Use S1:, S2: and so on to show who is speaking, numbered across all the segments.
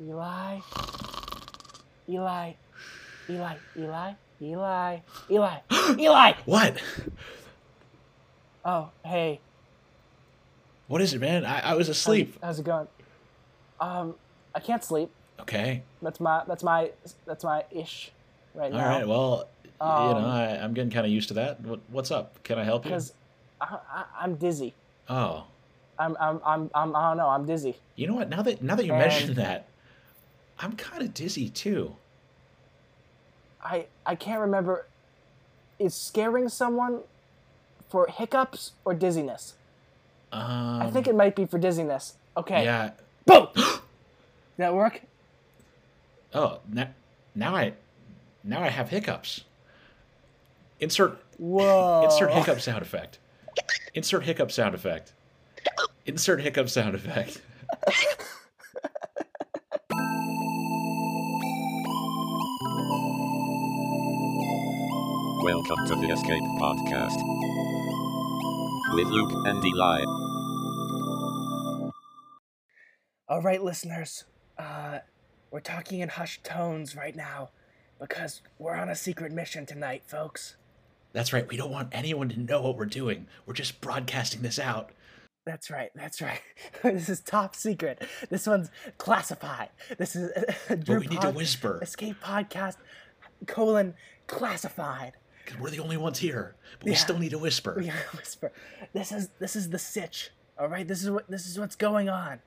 S1: Eli, Eli, Eli, Eli, Eli, Eli, Eli.
S2: What?
S1: Oh, hey,
S2: What is it, man? I, I was asleep.
S1: how's it going? Um, I can't sleep.
S2: Okay.
S1: That's my that's my that's my ish right
S2: All
S1: now.
S2: right. Well, you
S1: Um,
S2: know, I, I'm getting kind of used to that. What, what's up? Can I help you?
S1: because I, I, I'm dizzy.
S2: Oh,
S1: I'm I'm I'm I'm I don't know. I'm dizzy.
S2: you know what? Now that now that you
S1: And-
S2: mention that, I'm kind of dizzy too.
S1: I I can't remember. Is scaring someone for hiccups or dizziness?
S2: Um,
S1: I think it might be for dizziness. Okay.
S2: Yeah.
S1: Boom. Did that work?
S2: Oh, now, now I now I have hiccups. Insert
S1: Whoa.
S2: insert hiccup sound effect. Insert hiccup sound effect. Insert hiccup sound effect.
S3: Welcome to the Escape Podcast with Luke and Eli.
S1: All right, listeners. Uh, we're talking in hushed tones right now because we're on a secret mission tonight, folks.
S2: That's right. We don't want anyone to know what we're doing. We're just broadcasting this out.
S1: That's right. That's right. this is top secret. This one's classified. This is
S2: But
S1: Drew
S2: we need to
S1: Pod-
S2: whisper
S1: Escape Podcast colon classified.
S2: because we're the only ones here. But we
S1: Yeah.
S2: still need to whisper.
S1: We gotta whisper. This is this is the sitch. All right. This is what this is what's going on.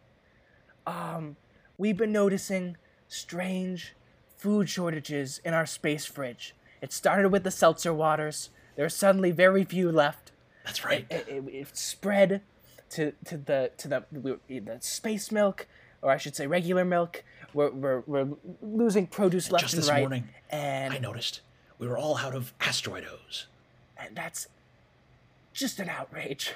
S1: Um, we've been noticing strange food shortages in our space fridge. It started with the seltzer waters. There are suddenly very few left.
S2: That's right.
S1: it, it, it spread to to the to the the space milk, or I should say regular milk. We're we're, we're losing produce left
S2: Just
S1: and
S2: this
S1: right,
S2: morning, I
S1: and
S2: noticed we were all out of asteroidos.
S1: and that's just an outrage.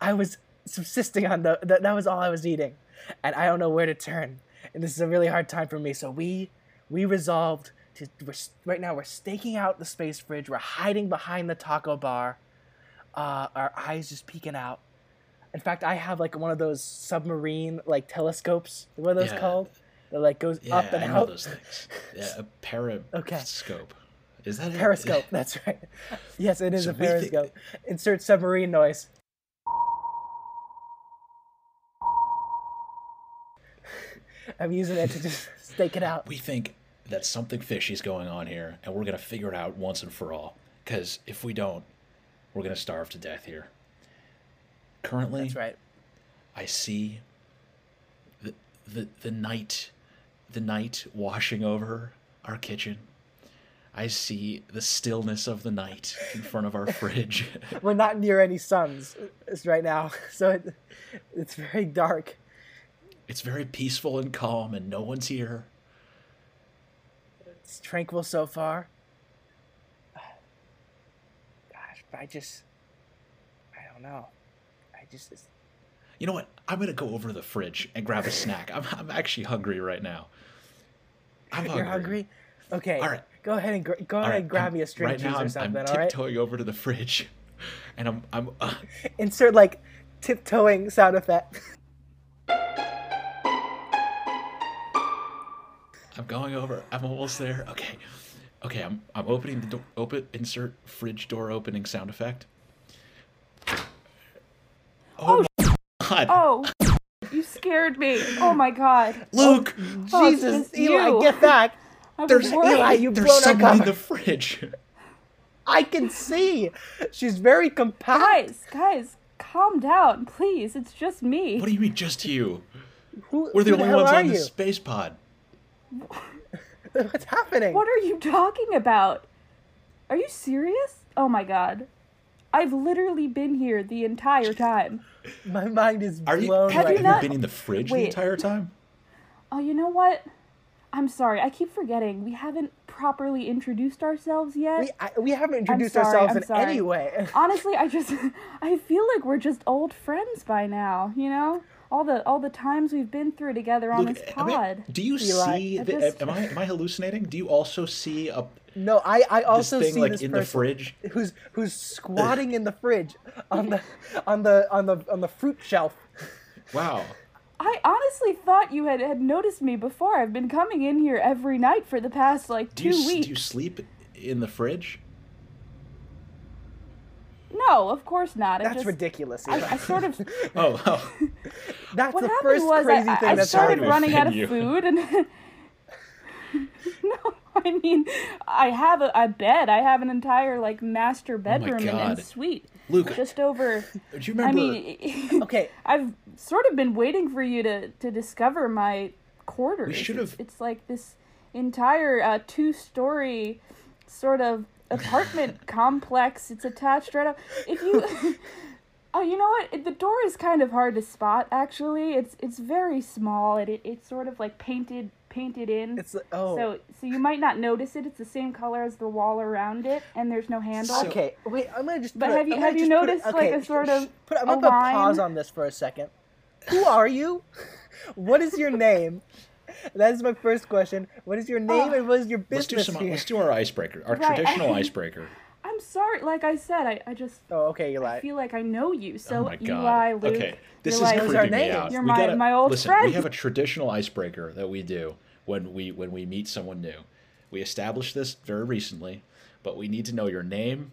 S1: I was subsisting on the, the that was all I was eating, and I don't know where to turn. And this is a really hard time for me. So we we resolved to we're, s- right now we're staking out the space fridge. We're hiding behind the taco bar, uh, our eyes just peeking out. In fact, I have like one of those submarine like telescopes. What are those
S2: Yeah.
S1: called? That like goes
S2: Yeah,
S1: up and
S2: I know
S1: out.
S2: those things. Yeah, a periscope. Is that it?
S1: Periscope. That's right. Yes, it is
S2: So
S1: a
S2: we thi-
S1: periscope. Insert submarine noise. I'm using it to just stake it out.
S2: we think that something fishy's going on here, and we're gonna figure it out once and for all. Because if we don't, we're gonna starve to death here. Currently,
S1: That's right.
S2: I see the, the the night the night washing over our kitchen. I see the stillness of the night in front of our fridge.
S1: We're not near any suns uh, right now, so it, it's very dark.
S2: it's very peaceful and calm and no one's here.
S1: It's tranquil so far. Gosh, I just, I don't know. I just, it's-
S2: You know what? I'm gonna go over to the fridge and grab a snack. I'm I'm actually hungry right now. I'm hungry.
S1: you're hungry. Okay.
S2: All right.
S1: Go ahead and gr- go
S2: All
S1: ahead
S2: right,
S1: and grab
S2: I'm-
S1: me a string
S2: right
S1: cheese
S2: now,
S1: or
S2: I'm,
S1: something.
S2: I'm
S1: all right.
S2: tiptoeing over to the fridge, and I'm I'm uh,
S1: Insert like tiptoeing sound effect.
S2: I'm going over. I'm almost there. Okay, okay. I'm I'm opening the door. Open. Insert fridge door opening sound effect. Oh, my god,
S4: Oh, you scared me. Oh my god.
S2: Luke!
S4: Oh, it's
S1: Jesus,
S4: just
S1: Eli,
S4: you.
S1: get back!
S4: I was
S2: There's
S4: worried.
S1: Eli, you
S2: there's
S1: blown our
S2: someone in
S1: cover.
S2: the fridge.
S1: I can see. She's very compact.
S4: Guys, guys, calm down, please. It's just me.
S2: What do you mean, just you?
S1: Who,
S2: We're the
S1: who
S2: only
S1: hell
S2: ones
S1: are
S2: on
S1: you?
S2: this space pod.
S1: What's happening?
S4: What are you talking about? Are you serious? Oh my god. I've literally been here the entire time.
S1: My mind is
S2: Are you?
S1: blown
S4: Have
S1: right
S4: you
S1: now.
S4: not-
S2: been in the fridge the
S4: Wait.
S2: entire time?
S4: Oh, you know what? I'm sorry. I keep forgetting. We haven't properly introduced ourselves yet.
S1: We, I, we haven't introduced
S4: sorry,
S1: ourselves
S4: I'm
S1: in
S4: sorry.
S1: any way.
S4: honestly i just i feel like we're just old friends by now you know all the all the times we've been through together on
S2: Luke,
S4: this
S2: am I-
S4: pod
S2: do you
S1: Eli,
S2: see?
S4: I
S2: The,
S4: just-
S2: Am I am I hallucinating? Do you also see a
S1: No, I, I
S2: this
S1: also
S2: thing
S1: see
S2: like
S1: this
S2: in the
S1: person
S2: fridge?
S1: who's who's squatting in the fridge on the on the on the on the fruit shelf.
S2: Wow.
S4: i honestly thought you had, had noticed me before. I've been coming in here every night for the past like
S2: Do
S4: two
S2: you, s-
S4: weeks.
S2: do you sleep in the fridge?
S4: No, of course not. I
S1: That's
S4: just,
S1: ridiculous.
S4: I,
S1: Eli.
S4: I sort of
S2: Oh, oh.
S1: That's
S4: what
S1: the
S4: happened
S1: first
S4: was I-
S1: crazy
S4: I,
S1: thing
S4: I
S1: that's
S4: started
S2: happened.
S4: running out of
S2: Offend you.
S4: food and no, I mean I have a, a bed. I have an entire like master bedroom and, and
S2: Oh God.
S4: suite
S2: Luke,
S4: just over.
S2: do you
S4: I
S2: remember?
S4: mean,
S1: Okay,
S4: I've sort of been waiting for you to to discover my quarters.
S2: should
S4: It's-
S2: have-
S4: It's like this entire uh, two story sort of apartment complex. It's attached right up. If you. Oh, you know what? It- The door is kind of hard to spot. Actually, it's it's very small, and it, it's sort of like painted painted in.
S1: it's oh.
S4: So so you might not notice it. It's the same color as the wall around it, and there's no handle.
S2: So-
S1: okay, wait. I'm gonna just.
S4: But
S1: put a-
S4: have you-
S1: I'm gonna
S4: have you
S1: just put
S4: noticed,
S1: a,
S4: like,
S1: okay,
S4: a
S1: sh-
S4: sort
S1: sh-
S4: of
S1: Put, I'm
S4: a
S1: gonna put
S4: line?
S1: pause on this for a second. Who are you? what is your name? That is my first question. What is your
S4: Oh.
S1: name and what is your
S2: let's do
S1: business
S2: some.
S1: here?
S2: Let's do our icebreaker, our
S4: Right.
S2: traditional icebreaker.
S4: I'm sorry. Like I said, I, I just
S1: oh, okay, Eli.
S4: I feel like I know you. So
S2: oh my god.
S4: Eli, Luke,
S2: okay, this
S4: Eli,
S2: is
S1: Those are
S2: creeping me
S1: names.
S2: out.
S4: You're
S2: we
S4: my-
S2: gotta,
S4: my old
S2: listen, We
S4: friend.
S2: have a traditional icebreaker that we do when we when we meet someone new. We established this very recently, but we need to know your name,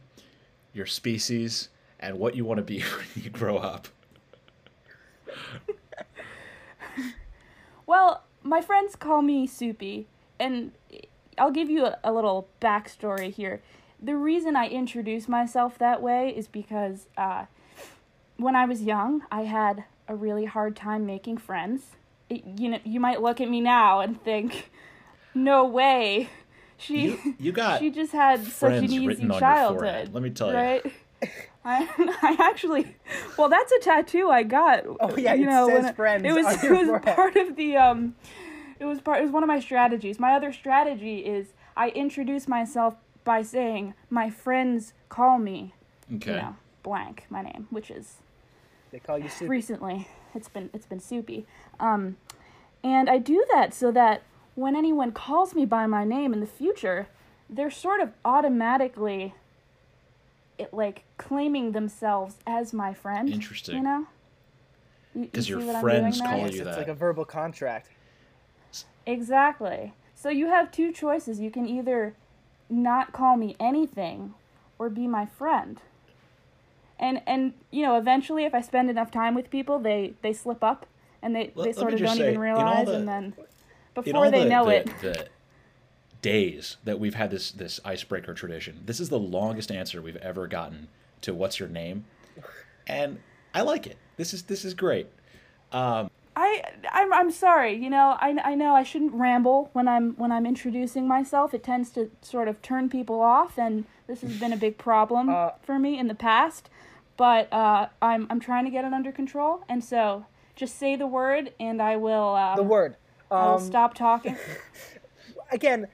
S2: your species, and what you want to be when you grow up.
S4: Well, my friends call me Soupy, and I'll give you a, a little backstory here. The reason I introduce myself that way is because uh, when I was young, I had a really hard time making friends. It, you know, you might look at me now and think, "No way, she
S2: You, you got
S4: she just had such an
S2: friends
S4: easy
S2: written on your
S4: childhood."
S2: forehead, let me tell you.
S4: right? I, I actually, well, that's a tattoo I got.
S1: Oh, yeah,
S4: you
S1: it
S4: know,
S1: says
S4: when I-
S1: friends
S4: It was,
S1: on
S4: it
S1: your
S4: was
S1: forehead.
S4: part of the um, it was part. It was one of my strategies. My other strategy is I introduce myself by saying my friends call me,
S2: okay.
S4: you know, blank, my name, which is
S1: they call you Super.
S4: recently it's been it's been soupy um and i do that so that when anyone calls me by my name in the future they're sort of automatically it like claiming themselves as my friend
S2: Interesting.
S4: you know You- you
S2: 'Cause your
S4: see what I'm
S2: friends
S4: doing
S2: call
S4: there?
S1: Yes,
S2: you
S1: it's
S2: that.
S1: like a verbal contract.
S4: exactly so you have two choices you can either not call me anything or be my friend and and you know eventually if i spend enough time with people they they slip up and they
S2: Let-
S4: they
S2: let
S4: sort
S2: me
S4: of
S2: just
S4: don't
S2: say,
S4: even
S2: in all
S4: realize
S2: the-
S4: and then
S2: in
S4: before
S2: all
S4: they
S2: the,
S4: know
S2: the-
S4: it
S2: the days that we've had this this icebreaker tradition, this is the longest answer we've ever gotten to what's your name, and I like it. This is this is great.
S4: i i'm i'm sorry you know i i know i shouldn't ramble when i'm when i'm introducing myself it tends to sort of turn people off and this has been a big problem
S1: Uh,
S4: for me in the past but uh i'm i'm trying to get it under control and so just say the word and i will um,
S1: The word.
S4: i will
S1: Um,
S4: stop talking
S1: again,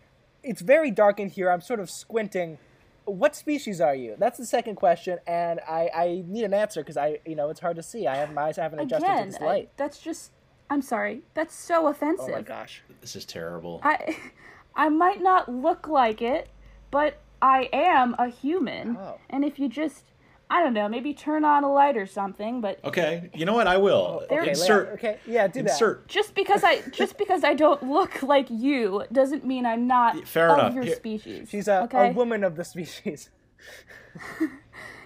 S1: it's very dark in here. I'm sort of squinting. What species are you? That's the second question, and I, I need an answer because I you know it's hard to see. I have my eyes haven't adjusted to
S4: Again,
S1: this
S4: I-
S1: light.
S4: that's just. I'm sorry. That's so offensive.
S1: oh my gosh!
S2: This is terrible.
S4: I, I might not look like it, but I am a human.
S1: Oh.
S4: And if you just, I don't know, maybe turn on a light or something. But
S2: okay, you know what? I
S4: Oh,
S2: will
S1: Okay,
S2: insert
S1: Leia, okay, yeah, do
S2: insert.
S4: just because I just because I don't look like you doesn't mean I'm not
S2: Fair
S4: of
S2: enough.
S4: your
S2: Here-
S4: species.
S1: that. She's a,
S4: okay?
S1: a woman of the species.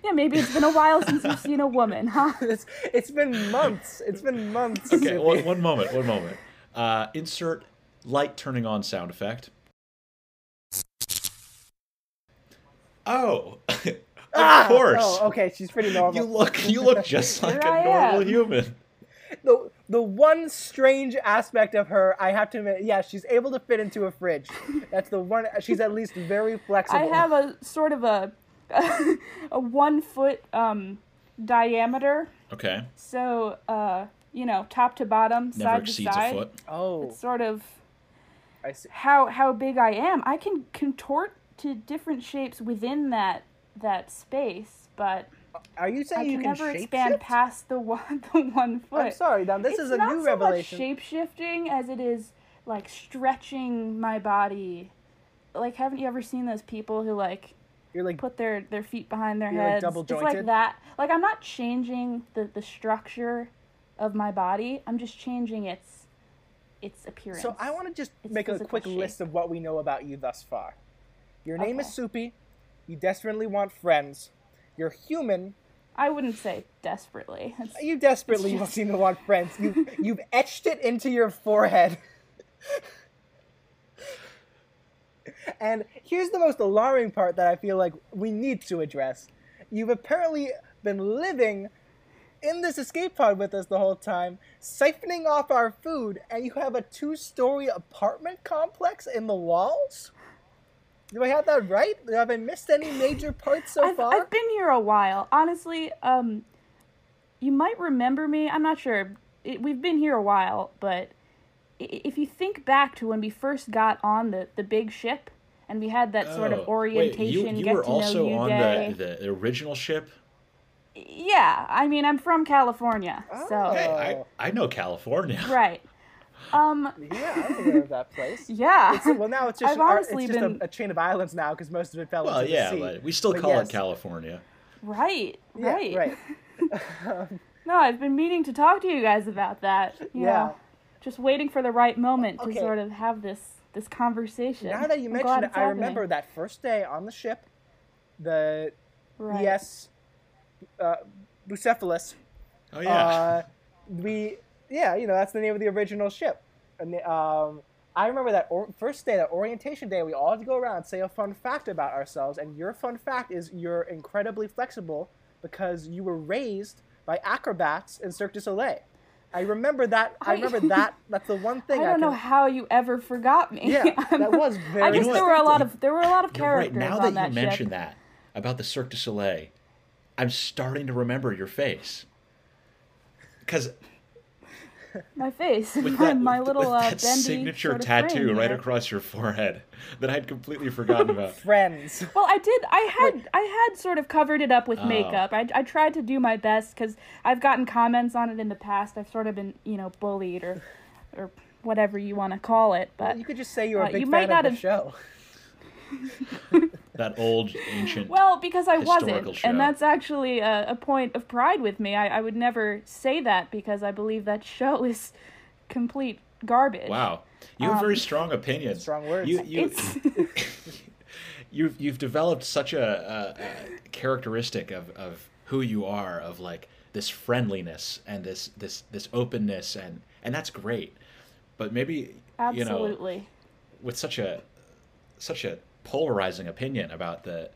S4: Yeah, maybe it's been a while since you've seen a woman, huh?
S1: It's it's been months. It's been months.
S2: Okay, one, one moment, one moment. Uh, insert light turning on sound effect. Oh, of
S1: Ah!
S2: course.
S1: Oh, okay. She's pretty normal.
S2: You look you look just like
S4: I
S2: a normal
S4: am.
S2: human.
S1: the the one strange aspect of her, I have to admit, yeah, she's able to fit into a fridge. That's the one. She's at least very
S4: I
S1: flexible.
S4: have a sort of a a, one foot um, diameter,
S2: Okay.
S4: so uh, you know, top to bottom,
S2: Never
S4: side to
S2: exceeds
S4: side.
S2: a foot.
S1: Oh,
S4: Sort of
S1: I see.
S4: how how big I am. I can contort to different shapes within that that space, but
S1: Are you saying
S4: I
S1: you
S4: can,
S1: can
S4: never
S1: shape
S4: expand
S1: shift?
S4: past the one the one foot.
S1: I'm sorry, now this
S4: it's
S1: is a
S4: not
S1: new
S4: so
S1: revelation.
S4: much shape shifting as it is like stretching my body. Like, haven't you ever seen those people who like
S1: You're like,
S4: put their their feet behind their
S1: You're, like,
S4: heads. it's like
S1: double-jointed?
S4: that. Like I'm not changing the the structure of my body. I'm just changing its its appearance.
S1: So I want to just
S4: It's
S1: make a
S4: physical
S1: quick
S4: shape.
S1: list of what we know about you thus far. Your name is
S4: Okay.
S1: Soupy. You desperately want friends. You're human.
S4: I wouldn't say desperately. It's-
S1: You desperately
S4: just-
S1: seem to want friends. You you've etched it into your forehead. and here's the most alarming part that I feel like we need to address. You've apparently been living in this escape pod with us the whole time, siphoning off our food, and you have a two-story apartment complex in the walls. Do I have that right? Have I missed any major parts so
S4: I've,
S1: far?
S4: I've been here a while. Honestly, um, you might remember me. I'm not sure. It, we've been here a while, but i- if you think back to when we first got on the, the big ship and we had that sort
S2: Oh,
S4: of
S2: wait,
S4: orientation,
S2: you, you
S4: get
S2: were
S4: to
S2: also
S4: know you
S2: on
S4: day.
S2: the, the original ship.
S4: Yeah, I mean, I'm from California,
S2: Hey,
S4: so
S1: Oh.
S2: I, I know California.
S4: right. Um,
S1: yeah, I'm aware of that place.
S4: yeah.
S1: So- well, now it's just,
S4: I've
S1: an ar-
S4: honestly
S1: it's just
S4: been-
S1: a, a chain of islands now because most of it fell
S2: Well,
S1: into
S2: yeah,
S1: the sea.
S2: but we still
S1: But
S2: call
S1: yes.
S2: it California.
S4: Right,
S1: Yeah,
S4: right.
S1: right.
S4: No, I've been meaning to talk to you guys about that. You
S1: Yeah.
S4: Know, just waiting for the right moment
S1: Okay.
S4: to sort of have this this conversation.
S1: Now that you
S4: I'm glad
S1: mentioned it,
S4: it's
S1: I
S4: happening.
S1: remember that first day on the ship, the
S4: Right.
S1: ES uh, Bucephalus.
S2: Oh yeah.
S1: Uh, we, yeah, you know, that's the name of the original ship. And the- um, I remember that or- first day, that orientation day, we all had to go around and say a fun fact about ourselves. And your fun fact is you're incredibly flexible because you were raised by acrobats in Cirque du Soleil. I remember that. I,
S4: I-
S1: remember that. That's the one
S4: I
S1: thing I,
S4: don't know
S1: can-
S4: how you ever forgot me.
S1: Yeah,
S4: I'm-
S1: that was
S4: I
S1: very.
S4: guess
S2: You know
S4: there
S2: what?
S4: were a lot of there were a lot of
S2: You're right.
S4: characters
S2: Now that,
S4: on that
S2: you
S4: ship.
S2: mentioned that about the Cirque du Soleil, I'm starting to remember your face. Because
S4: My face,
S2: with
S4: my,
S2: that,
S4: my
S2: with
S4: little
S2: that
S4: uh, bendy
S2: signature
S4: sort of
S2: tattoo
S4: frame,
S2: right
S4: yeah.
S2: across your forehead that I'd completely forgotten about.
S1: friends.
S4: Well, I did. I had I had sort of covered it up with
S2: Oh.
S4: makeup. I, I tried to do my best because I've gotten comments on it in the past. I've sort of been you know bullied or or whatever you want to call it. But
S1: you could just say you're a
S4: uh,
S1: big
S4: you
S1: fan
S4: might
S1: of
S4: not
S1: the
S4: have-
S1: show.
S2: That old ancient.
S4: well, because I
S2: Historical
S4: wasn't,
S2: show.
S4: and that's actually a, a point of pride with me. I, I would never say that because I believe that show is complete garbage.
S2: wow. You have very strong opinions.
S1: Strong words.
S2: You, you,
S4: um, It's
S2: you've you've developed such a, a, a characteristic of, of who you are of like this friendliness and this this this openness and and that's great but maybe you know
S4: absolutely.
S2: with such a such a polarizing opinion about the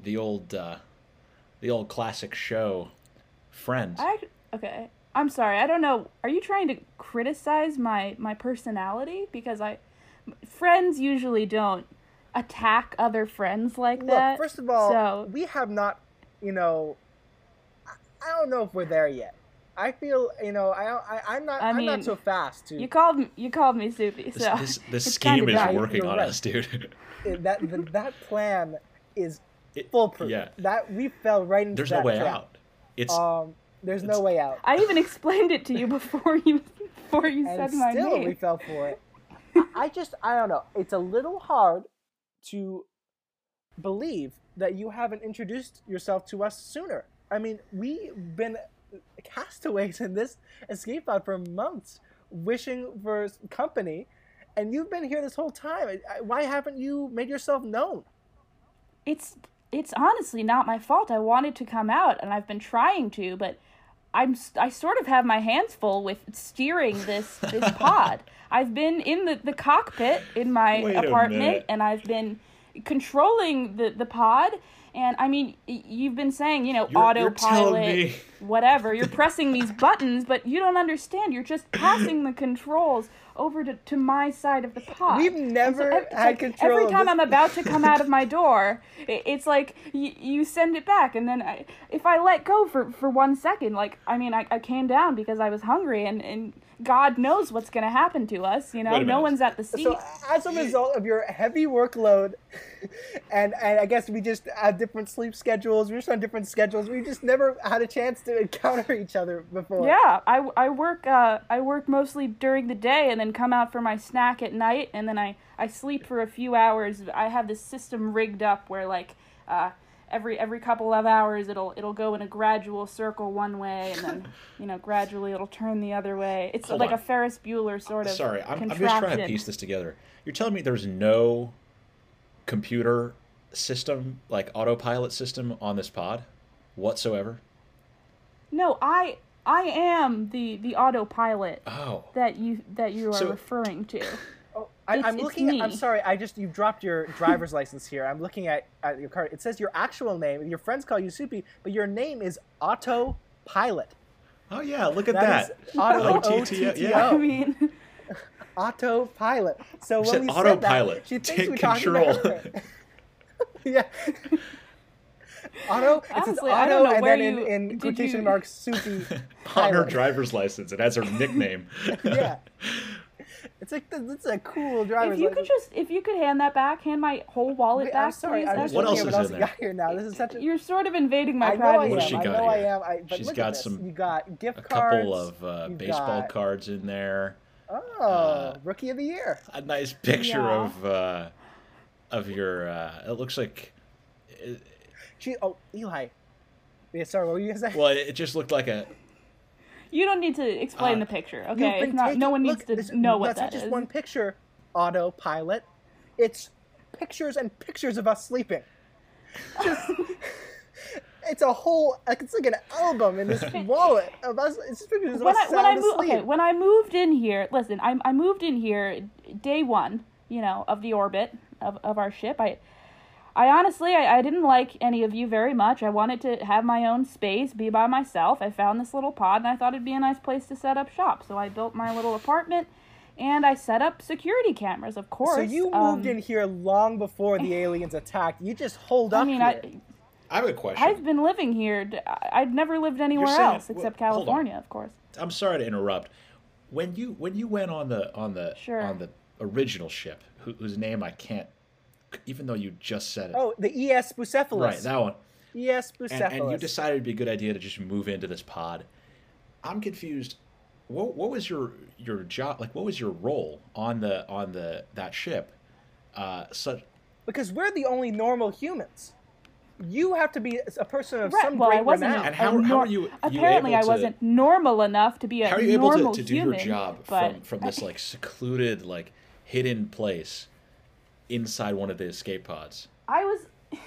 S2: the old uh, the old classic show friends
S4: I okay. I'm sorry. I don't know. Are you trying to criticize my my personality because I friends usually don't attack other friends like
S1: Look,
S4: that.
S1: first of all,
S4: so
S1: we have not, you know, I- I don't know if we're there yet. I feel, you know, I, don't- I I'm not,
S4: I
S1: I'm
S4: mean,
S1: not so fast to
S4: you called m- you called me soupy.
S2: this,
S4: So
S2: this, this
S4: it's
S2: scheme
S4: kinda
S2: is
S4: dumb.
S1: right,
S2: working
S1: you're
S2: on
S1: right.
S2: us dude
S1: that th- that plan is
S2: It-
S1: foolproof.
S2: yeah.
S1: That we fell right into
S2: there's no
S1: that
S2: way
S1: trap.
S2: out
S4: Oh,
S2: it's
S1: Um, there's no
S2: It's-
S1: way out.
S4: I even explained it to you before you before you
S1: and
S4: said my
S1: still
S4: name.
S1: we fell for it. I- I just I don't know. It's a little hard to believe that you haven't introduced yourself to us sooner. I mean, we've been castaways in this escape pod for months, wishing for s- company, and you've been here this whole time. I- I- Why haven't you made yourself known?
S4: it's it's honestly not my fault. I wanted to come out and I've been trying to, but I'm s- I sort of have my hands full with steering this this pod. I've been in the, the cockpit in my
S2: Wait a minute.
S4: apartment and I've been controlling the, the pod and I mean y- you've been saying, you know,
S2: You're- you're telling
S4: autopilot
S2: me.
S4: whatever. You're pressing these buttons, but you don't understand. You're just passing the controls over to, to my side of the pod.
S1: We've
S4: And so
S1: never
S4: ev- it's
S1: had
S4: like
S1: control
S4: Every
S1: of
S4: time
S1: this-
S4: I'm about to come out of my door, i- it's like y- you send it back, and then I, if I let go for, for one second, like I mean, I, I came down because I was hungry, and, and God knows what's gonna happen to us. You know,
S2: Wait a
S4: no
S2: minute.
S4: one's at the seat.
S1: So, as a result of your heavy workload, and, and I guess we just had different sleep schedules, we're just on different schedules, we just never had a chance to encounter each other before.
S4: yeah, I, I work uh, I work mostly during the day and then come out for my snack at night and then I, I sleep for a few hours. I have this system rigged up where like uh, every every couple of hours it'll it'll go in a gradual circle one way and then you know gradually it'll turn the other way. It's
S2: Hold
S4: like
S2: on.
S4: a Ferris Bueller sort of
S2: Sorry, I'm, I'm just trying to
S4: contraption.
S2: piece this together. You're telling me there's no computer system, like autopilot system, on this pod whatsoever?
S4: No, I I am the the autopilot
S2: Oh,
S4: that you that you are
S2: So-
S4: referring to.
S1: Oh, I,
S4: It's-
S1: I'm
S4: it's
S1: looking. At, I'm
S4: me.
S1: sorry. I just you dropped your driver's license here. I'm looking at, at your card. It says your actual name. Your friends call you Soupy, but your name is Otto Pilot.
S2: oh yeah, look at
S1: That
S2: that.
S1: is auto-
S2: O-T-T-O,
S1: O-T-T-O.
S2: yeah.
S4: I mean,
S1: Otto Pilot. So
S2: You
S1: when
S2: said
S1: we said
S2: autopilot.
S1: that, she thinks
S2: Take
S1: we're talking
S2: control.
S1: To her. yeah. Auto. It says
S4: Honestly, I don't
S1: auto,
S4: know
S1: and
S4: where
S1: then
S4: you-
S1: in, in
S4: did
S1: quotation
S4: you-
S1: marks Soupy.
S2: on her
S1: Pilot.
S2: driver's license, it has her nickname.
S1: yeah. It's like th- that's a cool driver's
S4: if you could
S1: license.
S4: just if you could hand that back, hand my whole wallet
S1: Wait,
S4: back,
S1: I'm sorry.
S4: please.
S1: I'm
S4: that's-
S1: just
S2: What
S1: looking
S2: else
S1: at
S2: is
S1: what else
S2: in
S1: you
S2: there?
S1: got here now. This is such a
S4: You're sort of invading my
S1: I know I
S4: privacy.
S1: am.
S2: What's she
S1: I
S2: got
S1: know I
S2: here?
S1: am. I, but
S2: She's
S1: look
S2: got
S1: at this.
S2: some-
S1: You got gift
S2: A
S1: cards.
S2: couple of uh,
S1: you
S2: baseball
S1: got-
S2: cards in there.
S1: Oh,
S2: uh,
S1: rookie of the year.
S2: A nice picture
S4: Yeah.
S2: of uh, of your. Uh, it looks like.
S1: She. Oh, Eli. Yeah, sorry. What were you gonna say?
S2: Well, it just looked like a.
S4: You don't need to explain
S2: Uh,
S4: the picture,
S1: You've
S4: okay?
S1: been
S4: It's not, no
S1: taking-
S4: one needs
S1: look,
S4: to
S1: this-
S4: know what
S1: that's
S4: that
S1: not just
S4: is.
S1: one picture. Autopilot. It's pictures and pictures of us sleeping. Just. It's a whole, like, it's like an album in this wallet of us. It's just pictures of
S4: when I
S1: us
S4: when I
S1: sound
S4: moved
S1: asleep.
S4: okay, when I moved in here, listen, I I moved in here day one, you know, of the orbit of, of our ship. I I honestly I, I didn't like any of you very much. I wanted to have my own space, be by myself. I found this little pod and I thought it'd be a nice place to set up shop. So I built my little apartment and I set up security cameras, of course.
S1: so you
S4: Um,
S1: moved in here long before the aliens attacked. You just hold up.
S4: I mean,
S1: here.
S4: I
S2: I have a question.
S4: I've been living here. d- I- I'd never lived anywhere
S2: saying-
S4: else except
S2: well, hold on.
S4: California, of course.
S2: I'm sorry to interrupt. When you when you went on the on the
S4: Sure.
S2: on the original ship, who, whose name I can't, even though you just said it,
S1: Oh, the ES Bucephalus.
S2: right that one,
S1: ES
S2: and,
S1: Bucephalus.
S2: and you decided it'd be a good idea to just move into this pod. I'm confused. What what was your your job like? What was your role on the on the that ship? Uh, such
S1: because we're the only normal humans. You have to be a person of
S4: Right,
S1: some
S4: well,
S1: great
S4: I wasn't
S1: renown.
S2: And how-
S4: a
S2: how
S4: nor-
S2: are you- you
S4: Apparently,
S2: able
S4: I
S2: to-
S4: wasn't normal enough to be a
S2: how are you able
S4: normal
S2: to, to do
S4: human.
S2: your job
S4: but
S2: from from this like secluded like hidden place inside one of the escape pods?
S4: I was,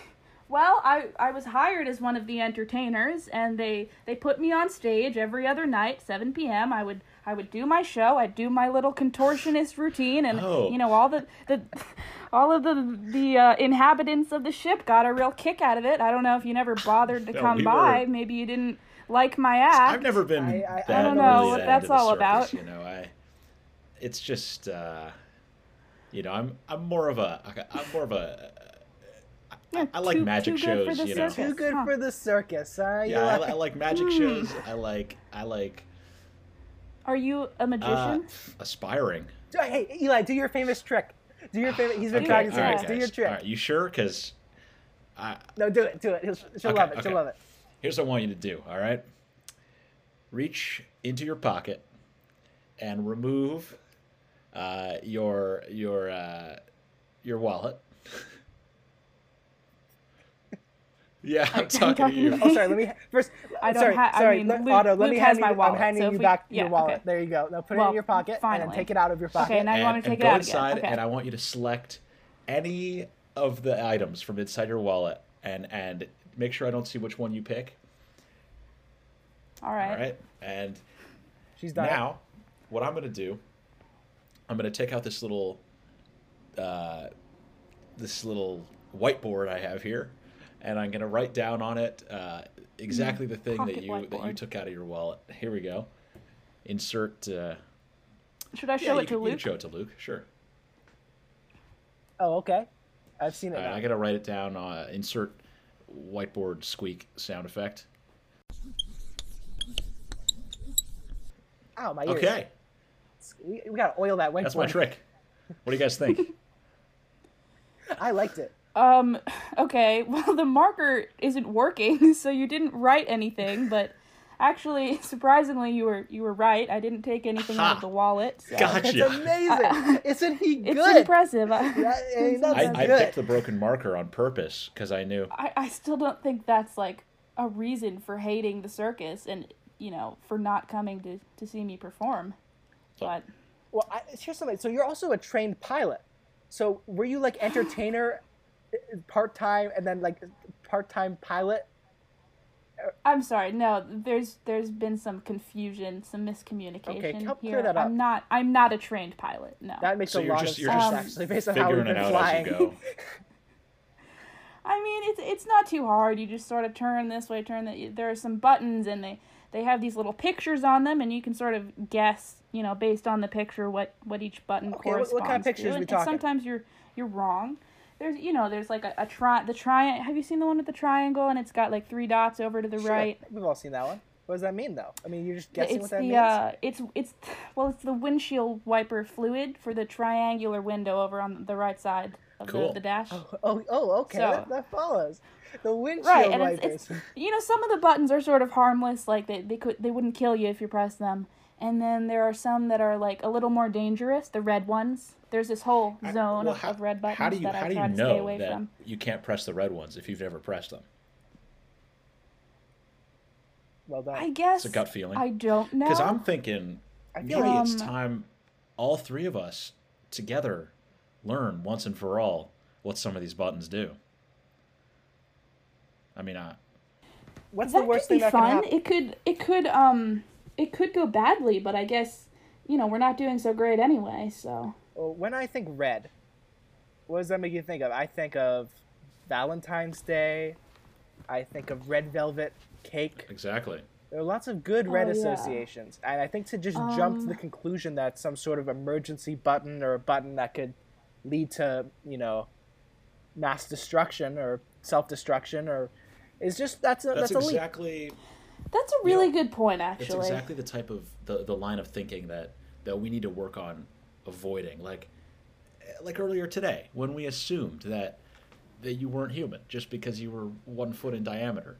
S4: well, I I was hired as one of the entertainers, and they they put me on stage every other night, seven p.m. I would I would do my show, I'd do my little contortionist routine, and
S2: Oh.
S4: you know all the the. All of the the uh, inhabitants of the ship got a real kick out of it. I don't know if you never bothered to
S2: No,
S4: come
S2: we
S4: by.
S2: were-
S4: Maybe you didn't like my act.
S2: I've never been.
S1: I- I- I
S2: that
S1: don't know
S2: really
S1: what
S2: that
S4: that's
S2: into the
S4: all
S2: circus,
S4: about.
S2: You know, I. It's just, uh, you know, I'm I'm more of a I'm more of a I, I like
S4: too-
S2: magic
S4: too good for
S2: shows.
S4: the
S2: You know,
S4: circus. Hmm.
S1: Too good
S4: Huh.
S1: for the circus, huh? You
S2: yeah, I,
S1: like-
S2: li- I like magic shows. I like I like
S4: Are you a magician?
S2: uh, aspiring.
S1: Do- Hey, Eli, do your famous trick. Do your famous. He's been
S4: Okay,
S1: practicing
S4: all right,
S1: this. Do your
S2: guys.
S1: trick.
S2: All right, you sure? Because
S1: No, do it. Do it. He'll, she'll
S2: Okay,
S1: love it.
S2: okay.
S1: She'll love it.
S2: here's what I want you to do. All right, reach into your pocket and remove uh, your your uh, your wallet. yeah, I'm talking, to
S4: talking
S2: you.
S4: to
S1: Oh, sorry. Let me first.
S4: I don't
S1: sorry,
S4: ha- I
S1: sorry.
S4: mean,
S1: let-
S4: Luke-
S1: Otto, let me
S4: Luke
S1: hand
S4: has
S1: you.
S4: my wallet,
S1: I'm handing
S4: so
S1: you
S4: if we-
S1: back your
S4: yeah,
S1: wallet.
S4: okay.
S1: There you go. Now put it
S4: Well,
S1: in your pocket and
S4: finally.
S1: then take it out of your pocket.
S4: Okay, now you
S2: and,
S4: want me to
S2: and
S4: take it
S2: go
S4: out again.
S2: inside,
S4: Okay.
S2: and I want you to select any of the items from inside your wallet, and and make sure I don't see which one you pick.
S4: All right.
S2: All right, and
S1: She's done. it.
S2: Now, what I'm gonna do, I'm gonna take out this little, uh, this little whiteboard I have here, and I'm gonna write down on it uh, exactly the thing that
S4: pocket
S2: you that you
S4: whiteboard.
S2: took out of your wallet. Here we go. Insert. Uh,
S4: Should I
S2: yeah,
S4: show
S2: you
S4: it to
S2: can- you can
S4: Luke?
S2: Show it to Luke. Sure.
S1: Oh, okay. I've seen it.
S2: All right,
S1: now.
S2: I gotta write it down. Uh, insert whiteboard squeak sound effect.
S1: Ow, my ears.
S2: Okay,
S1: We, we gotta oil that whiteboard.
S2: that's my trick. What do you guys think?
S1: I liked it.
S4: Um, okay. Well, the marker isn't working, so you didn't write anything, but Actually, surprisingly, you were you were right. I didn't take anything out
S2: Ha.
S4: of the wallet. So.
S1: That's
S2: Gotcha.
S1: amazing. Isn't he
S4: It's
S1: good?
S4: impressive. I,
S1: That- hey, that's
S2: I, I
S1: good.
S2: picked the broken marker on purpose because I knew.
S4: I, I still don't think that's like a reason for hating the circus and you know for not coming to to see me perform. But
S1: Well, I, here's something. So you're also a trained pilot. So were you like entertainer, part time, and then like part time pilot?
S4: I'm sorry. No, there's there's been some confusion, some miscommunication
S1: help
S4: here.
S1: clear that up.
S4: I'm not I'm not a trained pilot. No.
S1: That makes
S2: So
S1: a
S2: you're
S1: lot of
S2: just- you're
S1: sense
S4: just
S1: actually, based on how we've
S2: Figuring
S1: been
S2: it out
S1: flying.
S2: as you go.
S4: I mean, it's it's not too hard. You just sort of turn this way, turn that. There are some buttons, and they they have these little pictures on them, and you can sort of guess, you know, based on the picture, what what each button
S1: Okay, what- what
S4: corresponds
S1: kind of pictures
S4: to.
S1: we
S4: and,
S1: talking?
S4: and sometimes you're you're wrong. There's you know there's like a, a tri the triangle. Have you seen the one with the triangle and it's got like three dots over to the
S1: Sure.
S4: right?
S1: We've all seen that one. What does that mean though? I mean, you're just guessing
S4: it's
S1: what that
S4: the
S1: means.
S4: uh, it's it's well, it's the windshield wiper fluid for the triangular window over on the right side of
S2: Cool.
S4: the, the dash.
S1: Oh, oh, okay.
S4: So-
S1: that, that follows. The windshield
S4: right and
S1: wipers.
S4: it's, it's you know some of the buttons are sort of harmless like they, they could they wouldn't kill you if you press them and then there are some that are like a little more dangerous the red ones there's this whole
S2: I-
S4: zone
S2: well,
S4: of, of red buttons
S2: How do you
S4: that
S2: how
S4: i
S2: do
S4: try
S2: you
S4: to stay
S2: know
S4: away
S2: that
S4: from
S2: you can't press the red ones if you've never pressed them?
S1: well done.
S4: i
S2: It's
S4: guess
S2: a gut feeling.
S4: i don't know
S2: Because I'm thinking
S1: I
S2: maybe
S1: feel like-
S2: it's
S4: Um,
S2: time all three of us together learn once and for all what some of these buttons do. I mean, I,
S1: What's
S4: that
S1: the worst
S4: could be
S1: thing that can
S4: fun
S1: happen?
S4: it could it could um it could go badly but i guess you know we're not doing so great anyway so
S1: Well, when I think red, what does that make you think of? I think of Valentine's Day. I think of red velvet cake.
S2: exactly.
S1: There are lots of good red
S4: Oh, yeah. Um,
S1: associations, and I think to just jump to the conclusion that some sort of emergency button or a button that could lead to you know mass destruction or self destruction or is just that's a, that's,
S2: That's,
S1: a leap.
S2: exactly
S4: that's a really
S2: Yeah.
S4: good point
S2: that's
S4: actually
S2: exactly the type of the, the line of thinking that that we need to work on avoiding. Like eh, like earlier today when we assumed that that you weren't human just because you were one foot in diameter.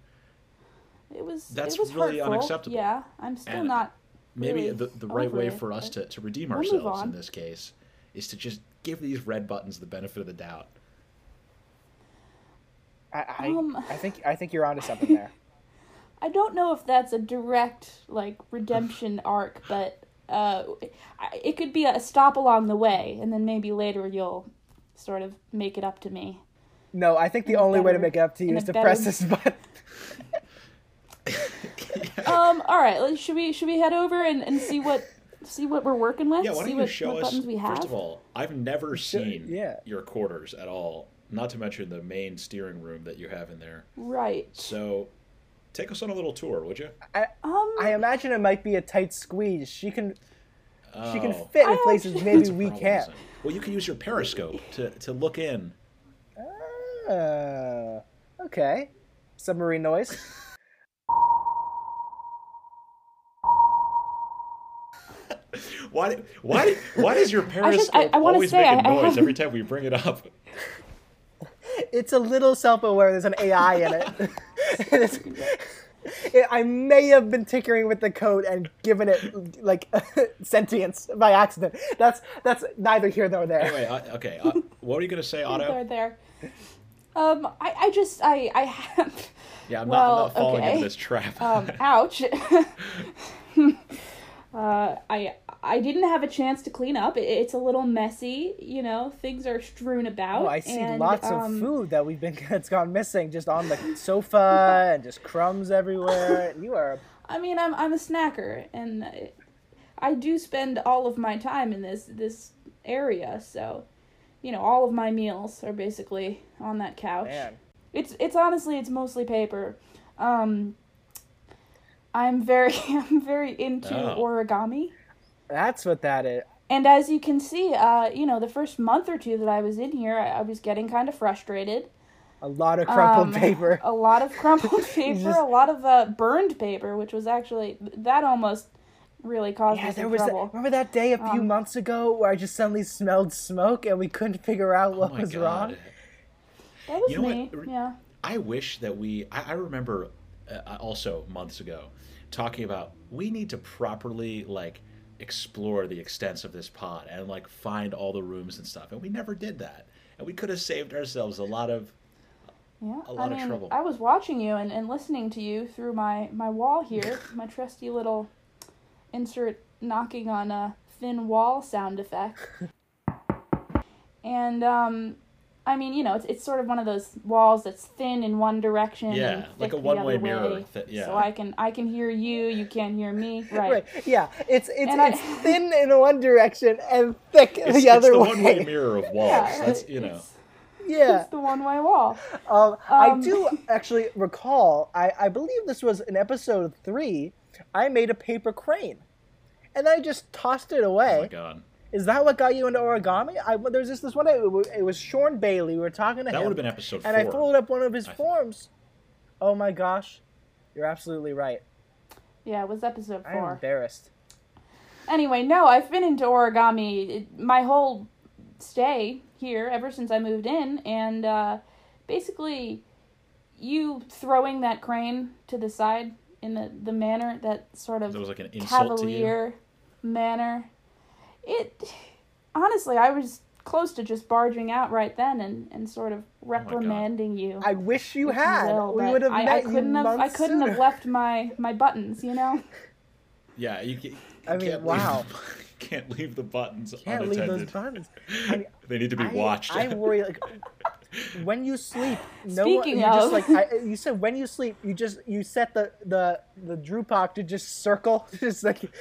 S4: it was
S2: That's
S4: it was
S2: really
S4: hurtful.
S2: unacceptable.
S4: yeah i'm still
S2: And-
S4: not
S2: maybe
S4: really
S2: the, the right way
S4: over it,
S2: for us
S4: but-
S2: to, to redeem
S4: move
S2: ourselves in
S4: on.
S2: this case is to just give these red buttons the benefit of the doubt.
S1: I, I,
S4: Um.
S1: I think I think you're onto something there.
S4: I don't know if that's a direct like redemption arc, but uh, I- it could be a stop along the way, and then maybe later you'll sort of make it up to me.
S1: No, I think the only way to
S4: better-
S1: make it up to you
S4: in a
S1: is to
S4: better-
S1: press this button.
S4: Um, all right, let's- should we should we head over and, and see what see what we're working with?
S2: Yeah, why
S4: see
S2: don't you
S4: what,
S2: show us?
S4: what buttons we have?
S2: First of all, I've never seen
S1: yeah.
S2: your quarters at all, not to mention the main steering room that you have in there.
S4: right.
S2: So take us on a little tour, would you?
S4: Um,
S1: I imagine it might be a tight squeeze. She can she can
S2: Oh,
S1: fit in
S4: I
S1: places
S4: actually-
S1: maybe
S2: that's a
S1: we
S2: problem,
S1: can't.
S2: isn't it? Well, you can use your periscope to, to look in.
S1: Ah, okay, submarine noise.
S2: Why? Why? Why does your periscope
S4: I wanna
S2: always
S4: say
S2: make a
S4: I- I
S2: noise
S4: haven't-
S2: every time we bring it up?
S1: It's a little self-aware. There's an AI in it. It's- it- I may have been tinkering with the code and given it like sentience by accident. That's that's neither here nor there.
S2: Wait, I, uh, okay. I, what are you gonna say,
S4: are
S2: Otto?
S4: there. Um, I, I just I I have.
S2: Yeah, I'm,
S4: Well,
S2: not, I'm not falling
S4: okay.
S2: into this trap.
S4: um, ouch. uh, I I didn't have a chance to clean up. It, it's a little messy, you know. Things are strewn about.
S1: Oh, I see
S4: and,
S1: lots of
S4: um,
S1: food that we've been that's gone missing just on the sofa and just crumbs everywhere. You are
S4: I mean, I'm I'm a snacker, and I, I do spend all of my time in this this area. So, you know, all of my meals are basically on that couch.
S1: man.
S4: It's it's honestly it's mostly paper. Um, I'm very I'm very into
S2: Oh.
S4: origami.
S1: That's what that is.
S4: And as you can see, uh, you know, the first month or two that I was in here, I, I was getting kind of frustrated.
S1: A lot of crumpled
S4: Um,
S1: paper.
S4: A lot of crumpled paper,
S1: just-
S4: a lot of uh, burned paper, which was actually that almost really caused
S1: Yeah,
S4: me some
S1: there was that,
S4: trouble.
S1: remember that day a
S4: Um,
S1: few months ago where I just suddenly smelled smoke and we couldn't figure out what
S2: Oh my
S1: was
S2: God.
S1: wrong.
S4: That was
S2: You know
S4: me.
S2: what?
S4: Yeah.
S2: I wish that we. I, I remember uh, also uh, months ago talking about we need to properly like explore the extents of this pod and like find all the rooms and stuff, and we never did that, and we could have saved ourselves a lot of
S4: Yeah,
S2: A lot
S4: I
S2: of
S4: mean,
S2: trouble.
S4: I was watching you and, and listening to you through my, my wall here, my trusty little insert knocking on a thin wall sound effect. and um, I mean, you know, it's it's sort of one of those walls that's thin in one direction. and
S2: Yeah, like
S4: thick
S2: a
S4: the
S2: one-way
S4: other
S2: mirror
S4: way.
S2: that- yeah.
S4: So I can I can hear you, you can't hear me. Right.
S1: Right. Yeah. It's it's,
S4: And I-
S1: it's thin in one direction and thick
S2: it's
S1: the other
S2: it's the
S1: way.
S2: one-way mirror of walls.
S4: Yeah,
S2: That's you know.
S4: it's-
S1: Yeah.
S4: It's the one-way wall.
S1: Um, I
S4: Um,
S1: do actually recall. I, I believe this was in episode three. I made a paper crane, and I just tossed it
S2: Oh my
S1: away.
S2: god,
S1: Is that what got you into origami? I there's this this one. Day, it wa- it was Sean Bailey. We were talking to
S2: that would
S1: him,
S2: have been episode
S1: and I
S2: four.
S1: folded up one of his
S2: I think.
S1: forms. Oh my gosh, you're absolutely right.
S4: Yeah, it was episode
S1: I am
S4: four.
S1: embarrassed.
S4: Anyway, no, I've been into origami it, my whole stay here ever since I moved in, and uh, basically, you throwing that crane to the side in the, the manner that sort of
S2: That was like an insult to you.
S4: cavalier manner. It honestly, I was close to just barging out right then and, and sort of
S2: Oh God.
S4: reprimanding you.
S1: I wish you
S4: if you
S1: had.
S4: will,
S1: we
S4: but
S1: would have
S4: I,
S1: met
S4: I
S1: you
S4: couldn't have I
S1: months
S4: couldn't have
S1: sooner.
S4: left my my buttons, you know.
S2: Yeah, you can,
S1: I mean,
S2: can't
S1: wow.
S2: Leave, the- can't leave the buttons
S1: Can't leave
S2: unattended.
S1: those buttons. I mean,
S2: they need to be
S1: I-
S2: watched.
S1: I worry like when you sleep. No
S4: Speaking
S1: one, you just
S4: of-
S1: like I, you said when you sleep, you just you set the the the Drupak to just circle. Just like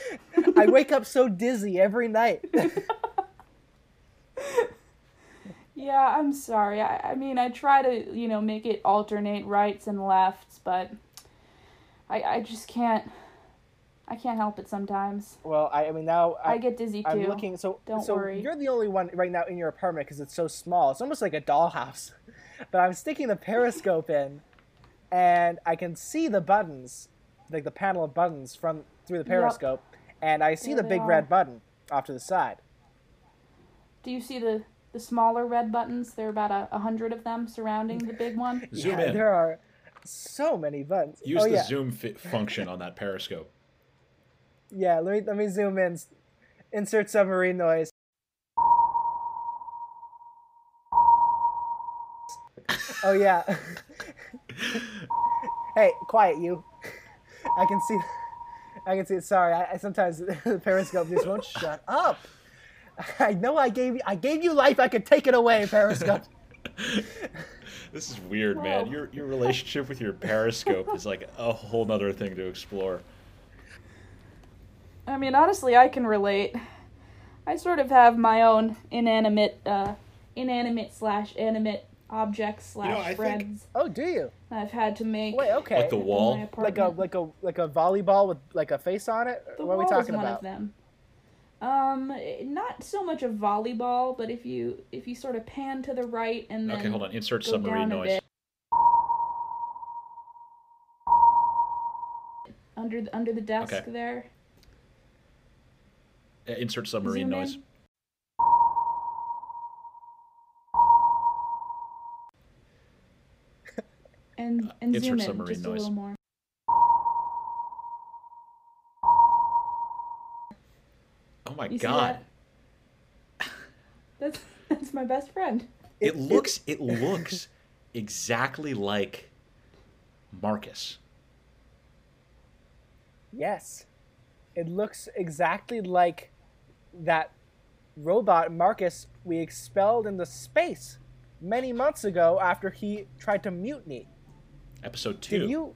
S1: I wake up so dizzy every night.
S4: Yeah, I'm sorry. I, I mean, I try to, you know, make it alternate rights and lefts, but I I just can't I can't help it sometimes.
S1: well, I, I mean now I,
S4: I get dizzy too.
S1: I'm looking. So
S4: Don't
S1: so
S4: worry.
S1: you're the only one right now in your apartment because it's so small. It's almost like a dollhouse. But I'm sticking the periscope in, and I can see the buttons, like the panel of buttons from through the
S4: Yep.
S1: periscope, and I see
S4: There
S1: the
S4: they
S1: big
S4: are.
S1: red button off to the side.
S4: Do you see the the smaller red buttons? There are about a, a hundred of them surrounding the big one.
S2: zoom
S1: yeah,
S2: in.
S1: There are so many buttons.
S2: Use
S1: oh,
S2: the
S1: yeah.
S2: zoom fi- function on that periscope.
S1: Yeah, let me let me zoom in. Insert submarine noise. oh yeah. hey, quiet you. I can see. I can see it. Sorry, I, I sometimes the Periscope just won't shut up. I know I gave you. I gave you life. I could take it away, Periscope.
S2: This is weird,
S4: Whoa.
S2: man. Your your relationship with your periscope is like a whole nother thing to explore.
S4: I mean, honestly, I can relate. I sort of have my own inanimate uh inanimate slash animate objects slash
S2: I think-
S4: friends
S1: oh, do you?
S4: I've had to make
S1: Wait, okay.
S2: Like the
S4: in my
S2: wall.
S1: like a
S4: apartment.
S1: like a like a volleyball with like a face on it.
S4: The
S1: what are we
S4: wall
S1: talking
S4: is one
S1: about?
S4: of them. Um, eh, not so much a volleyball, but if you if you sort of pan to the right and then
S2: Okay, hold on. Insert
S4: go
S2: submarine
S4: down a
S2: noise.
S4: bit. under the, under the desk
S2: Okay.
S4: there,
S2: Uh, Insert submarine
S4: Zoom
S2: noise.
S4: in. and and
S2: Insert
S4: zoom in
S2: submarine
S4: just a
S2: noise.
S4: little more.
S2: Oh my
S4: You see
S2: god.
S4: That's that's my best friend.
S2: It, looks it looks exactly like Marcus.
S1: Yes. It looks exactly like that robot Marcus we expelled into space many months ago after he tried to mutiny.
S2: Episode
S1: Did
S2: 2,
S1: you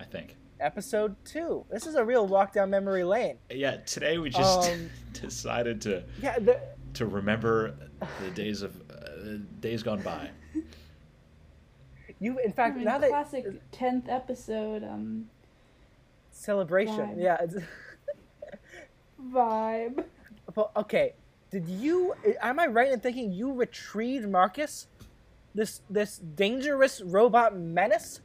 S2: I think.
S1: episode 2. This is a real walk down memory lane.
S2: Yeah, today we just
S1: Um,
S2: decided to
S1: Yeah, the,
S2: to remember the days of uh, days gone by.
S1: you in
S4: I
S1: fact
S4: mean,
S1: now that
S4: classic tenth episode um
S1: celebration.
S4: vibe.
S1: Yeah. It's,
S4: vibe.
S1: but, okay. Did you am I right in thinking you retrieved Marcus? This this dangerous robot menace?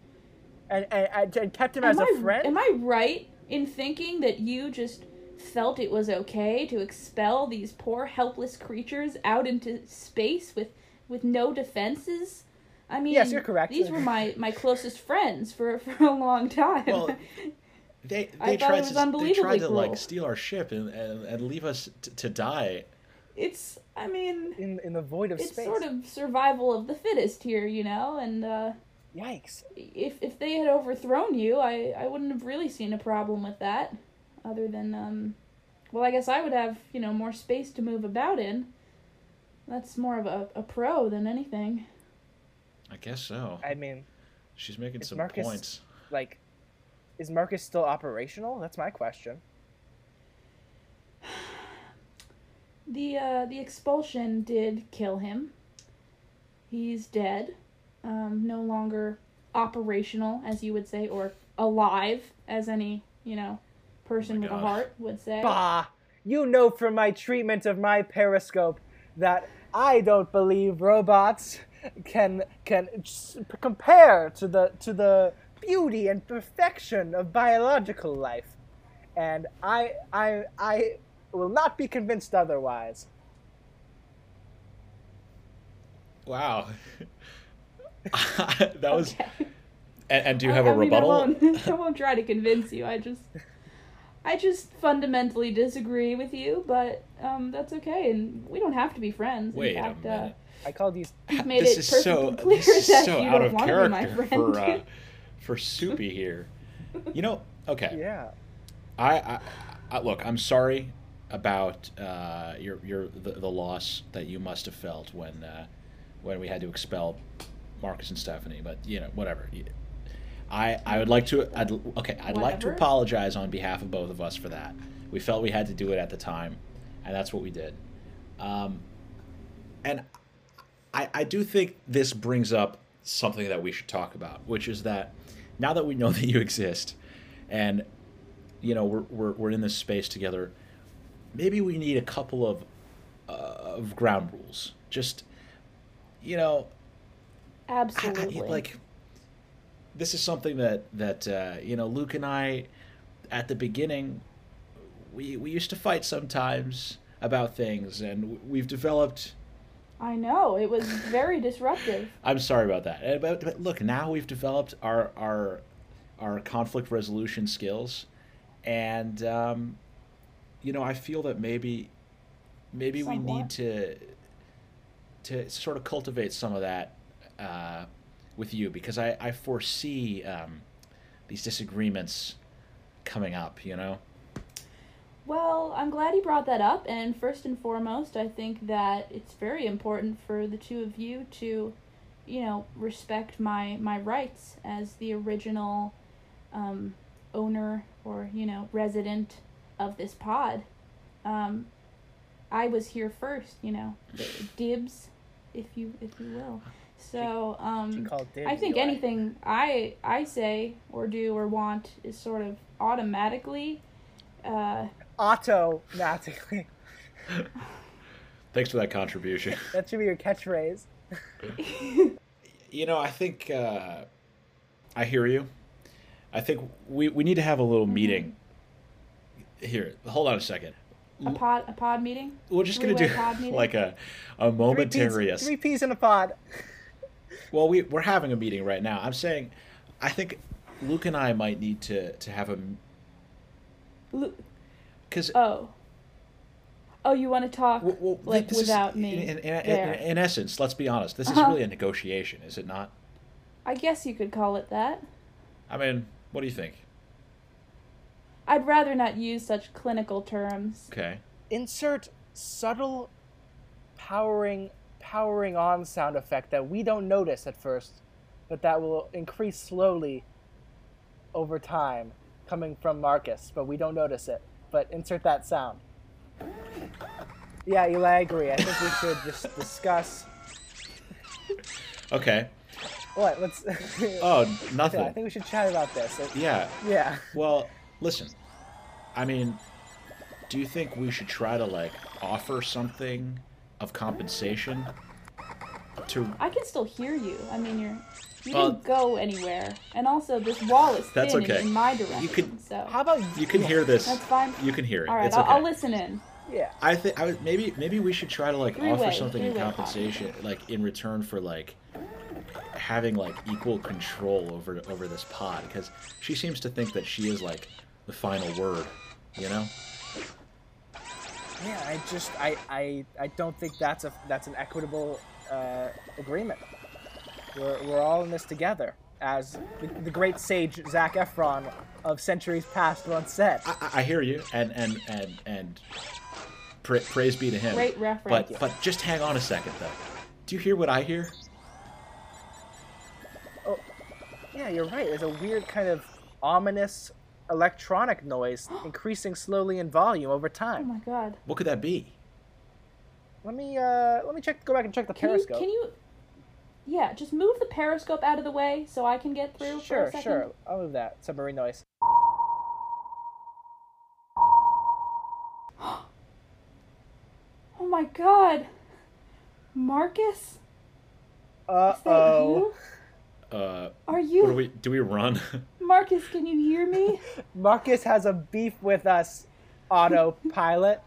S1: And, and, and kept him as
S4: am
S1: a
S4: I,
S1: friend?
S4: Am I right in thinking that you just felt it was okay to expel these poor helpless creatures out into space with with no defenses? I mean,
S1: Yes, you're correct.
S4: These were my my closest friends for for a long time.
S2: Well, They
S4: I
S2: they
S4: thought it
S2: tried
S4: was
S2: to they tried
S4: unbelievably
S2: to like
S4: cruel.
S2: steal our ship and and, and leave us t- to die.
S4: It's, I mean,
S1: in in the void of
S4: it's
S1: space.
S4: sort of survival of the fittest here, you know, and uh,
S1: Yikes!
S4: if if they had overthrown you, I I wouldn't have really seen a problem with that, other than um, well, I guess I would have you know more space to move about in. That's more of a, a pro than anything.
S2: I guess so.
S1: I mean,
S2: She's making
S1: Is
S2: some
S1: Marcus-
S2: points.
S1: like, is Marcus still operational? That's my question.
S4: The uh, the expulsion did kill him. He's dead, um, no longer operational, as you would say, or alive, as any you know person
S2: my
S4: with a
S2: God.
S4: heart would say.
S1: Bah! You know from my treatment of my periscope that I don't believe robots can can s- compare to the to the beauty and perfection of biological life, and I I I will not be convinced otherwise.
S2: Wow. that was.
S4: Okay.
S2: And, and do you have
S4: a
S2: a rebuttal?
S4: I, won't, I won't try to convince you. I just, I just fundamentally disagree with you, but um, that's okay, and we don't have to be friends.
S2: Wait a
S4: In fact,
S2: minute.
S1: I call these
S4: Uh, you've made
S2: this
S4: it
S2: is so
S4: perfectly clear
S2: this is
S4: that
S2: so
S4: you
S2: out
S4: don't
S2: of
S4: want to be my
S2: character
S4: friend.
S2: for uh, for Soupy here. You know, okay.
S1: yeah.
S2: I, I, I look. I'm sorry about uh, your your the, the loss that you must have felt when uh, when we had to expel Marcus and Stephanie. But you know, whatever. I I would like to. I'd, okay, I'd like to
S4: Whatever.
S2: apologize on behalf of both of us for that. We felt we had to do it at the time, and that's what we did. Um, and I, I do think this brings up something that we should talk about, which is that now that we know that you exist, and you know we're, we're, we're in this space together, maybe we need a couple of uh, of ground rules. Just you know, I- I-
S4: Absolutely.
S2: like this is something that that uh, you know Luke and I at the beginning we we used to fight sometimes about things, and we've developed.
S4: I know it was very disruptive.
S2: I'm sorry about that. Uh, But, but look, now we've developed our our our conflict resolution skills, and um, you know I feel that maybe maybe we need
S4: Somewhat.
S2: to to sort of cultivate some of that uh, with you because I I foresee um, these disagreements coming up. You know.
S4: Well, I'm glad you brought that up, and first and foremost, I think that it's very important for the two of you to, you know, respect my my rights as the original um, owner or you know resident of this pod. Um, I was here first, you know, dibs, if you if you will. So um,
S1: She called dibs,
S4: I think
S1: Eli.
S4: anything I I say or do or want is sort of automatically. Uh,
S1: automatically.
S2: Thanks for that contribution.
S1: That should be your catchphrase.
S2: you know, I think uh, I hear you. I think we, we need to have a little meeting. Here, hold on a second.
S4: a pod a pod meeting
S2: We're just gonna do
S4: Three-way pod meeting?
S2: like a
S1: Three
S2: a
S1: peas,
S2: momentary. as-
S1: three peas in a pod.
S2: well, we we're having a meeting right now. I'm saying, I think Luke and I might need to to have a
S4: Lu-
S2: because
S4: oh oh you want to talk
S2: well, well,
S4: like
S2: this is-
S4: without me
S2: In, in, in,
S4: there.
S2: in- in essence, let's be honest. This is
S4: Uh-huh.
S2: really a negotiation, is it not?
S4: i guess you could call it that
S2: I mean, what do you think?
S4: i'd rather not use such clinical terms
S2: Okay.
S1: Insert subtle powering powering on sound effect that we don't notice at first, but that will increase slowly over time coming from Marcus, but we don't notice it. But insert that sound. Yeah, Eli, I agree. I think we should just discuss
S2: Okay.
S1: what let's
S2: Oh,
S1: Yeah, I
S2: nothing.
S1: think we should chat about this.
S2: yeah.
S1: Yeah.
S2: Well, listen. I mean, do you think we should try to like offer something of compensation to
S4: i can still hear you i mean you're you
S2: Uh,
S4: didn't go anywhere and also this wall is
S2: That's
S4: thin
S2: okay.
S4: in my direction
S2: could-
S4: so
S1: How about
S2: You can hear this.
S4: That's fine.
S2: You can hear it.
S4: all right
S2: it's
S4: I'll,
S2: okay.
S4: I'll listen in
S1: Yeah.
S2: I think I would, maybe maybe we should try to like offer
S4: Three-way-
S2: something in
S4: three-way copy.
S2: compensation, like in return for like having like equal control over over this pod, because she seems to think that she is like the final word, you know?
S1: Yeah, I just I I, I don't think that's a that's an equitable uh, agreement. We're, we're all in this together, as the, the great sage Zach Efron of centuries past once said.
S2: I, I- I hear you, and and and and pra- praise be to him.
S4: Great reference.
S2: But but just hang on a second though. Do you hear what I hear?
S1: Oh, yeah, you're right. There's a weird kind of ominous electronic noise increasing slowly in volume over
S4: Oh
S1: time.
S4: my god.
S2: What could that be?
S1: Let me uh let me check go back and check the
S4: Can
S1: periscope.
S4: you can you Yeah, just move the periscope out of the way so I can get through for a
S1: sure,
S4: second.
S1: sure. I'll move that submarine noise.
S4: Oh my god. Marcus?
S1: Uh
S4: Is that
S1: oh.
S2: Uh,
S4: you? Are
S2: what do
S4: you
S2: we do? We run?
S4: Marcus, can you hear me?
S1: Marcus has a beef with us, autopilot.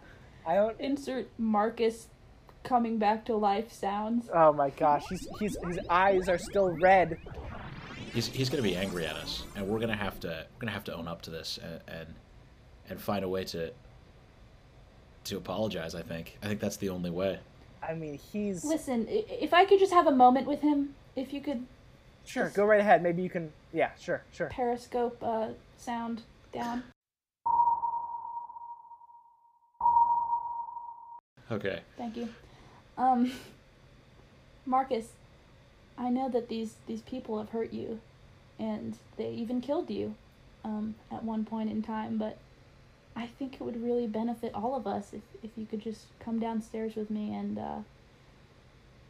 S1: I don't
S4: Insert Marcus coming back to life sounds.
S1: Oh my gosh, he's, he's, his eyes are still red.
S2: he's he's gonna be angry at us, and we're gonna have to we're gonna have to own up to this and and, and find a way to to apologize. I think I think that's the only way.
S1: I mean, he's
S4: Listen, i- if I could just have a moment with him, if you could
S1: sure. Go right ahead. Maybe you can. Yeah, sure, sure.
S4: periscope uh, sound down.
S2: Okay.
S4: Thank you. Um, Marcus, I know that these these people have hurt you, and they even killed you, um, at one point in time. But I think it would really benefit all of us if if you could just come downstairs with me and, uh,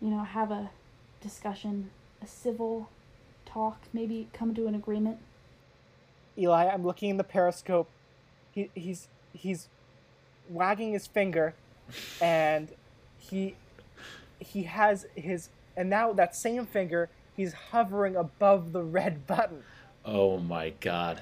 S4: you know, have a discussion, a civil talk, maybe come to an agreement.
S1: Eli, I'm looking in the periscope. He, he's he's wagging his finger, and he he has his and now that same finger he's hovering above the red button.
S2: Oh my God.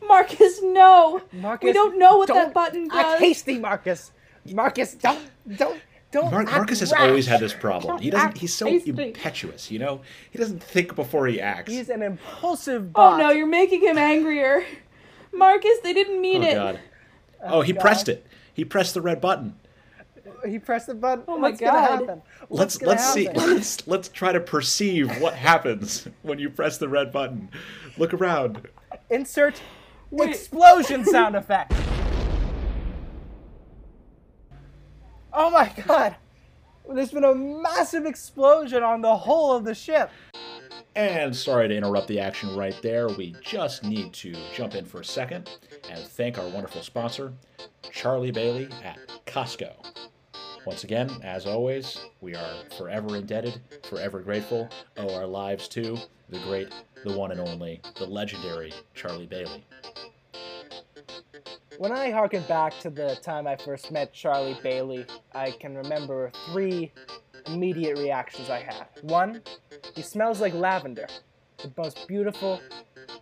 S4: Marcus, no.
S1: Marcus,
S4: We don't know what that
S1: don't
S4: button
S1: Act
S4: does.
S1: hasty, Marcus. Marcus, don't don't don't.
S2: Mar-
S1: act
S2: Marcus has
S1: rash.
S2: always had this problem. He doesn't.
S1: act
S2: He's so
S4: hasty.
S2: impetuous. You know, he doesn't think before he acts.
S1: He's an impulsive.
S4: Oh
S1: Bot.
S4: no, you're making him angrier. Marcus, they didn't mean
S2: oh
S4: it.
S2: God. Oh, he
S1: God.
S2: pressed it. He pressed the red button.
S1: He pressed the button.
S4: Oh my
S1: What's gonna
S4: God.
S1: happen? What's
S2: Let's
S1: gonna
S2: let's see.
S1: happen?
S2: Let's let's try to perceive what happens when you press the red button. Look around.
S1: Insert explosion sound effect. Oh my god! There's been a massive explosion on the hull of the ship.
S2: And sorry to interrupt the action right there. We just need to jump in for a second and thank our wonderful sponsor, Charlie Bailey at Costco. Once again, as always, we are forever indebted, forever grateful, owe our lives to the great, the one and only, the legendary Charlie Bailey.
S1: When I harken back to the time I first met Charlie Bailey, I can remember three immediate reactions I had. One, he smells like lavender, the most beautiful,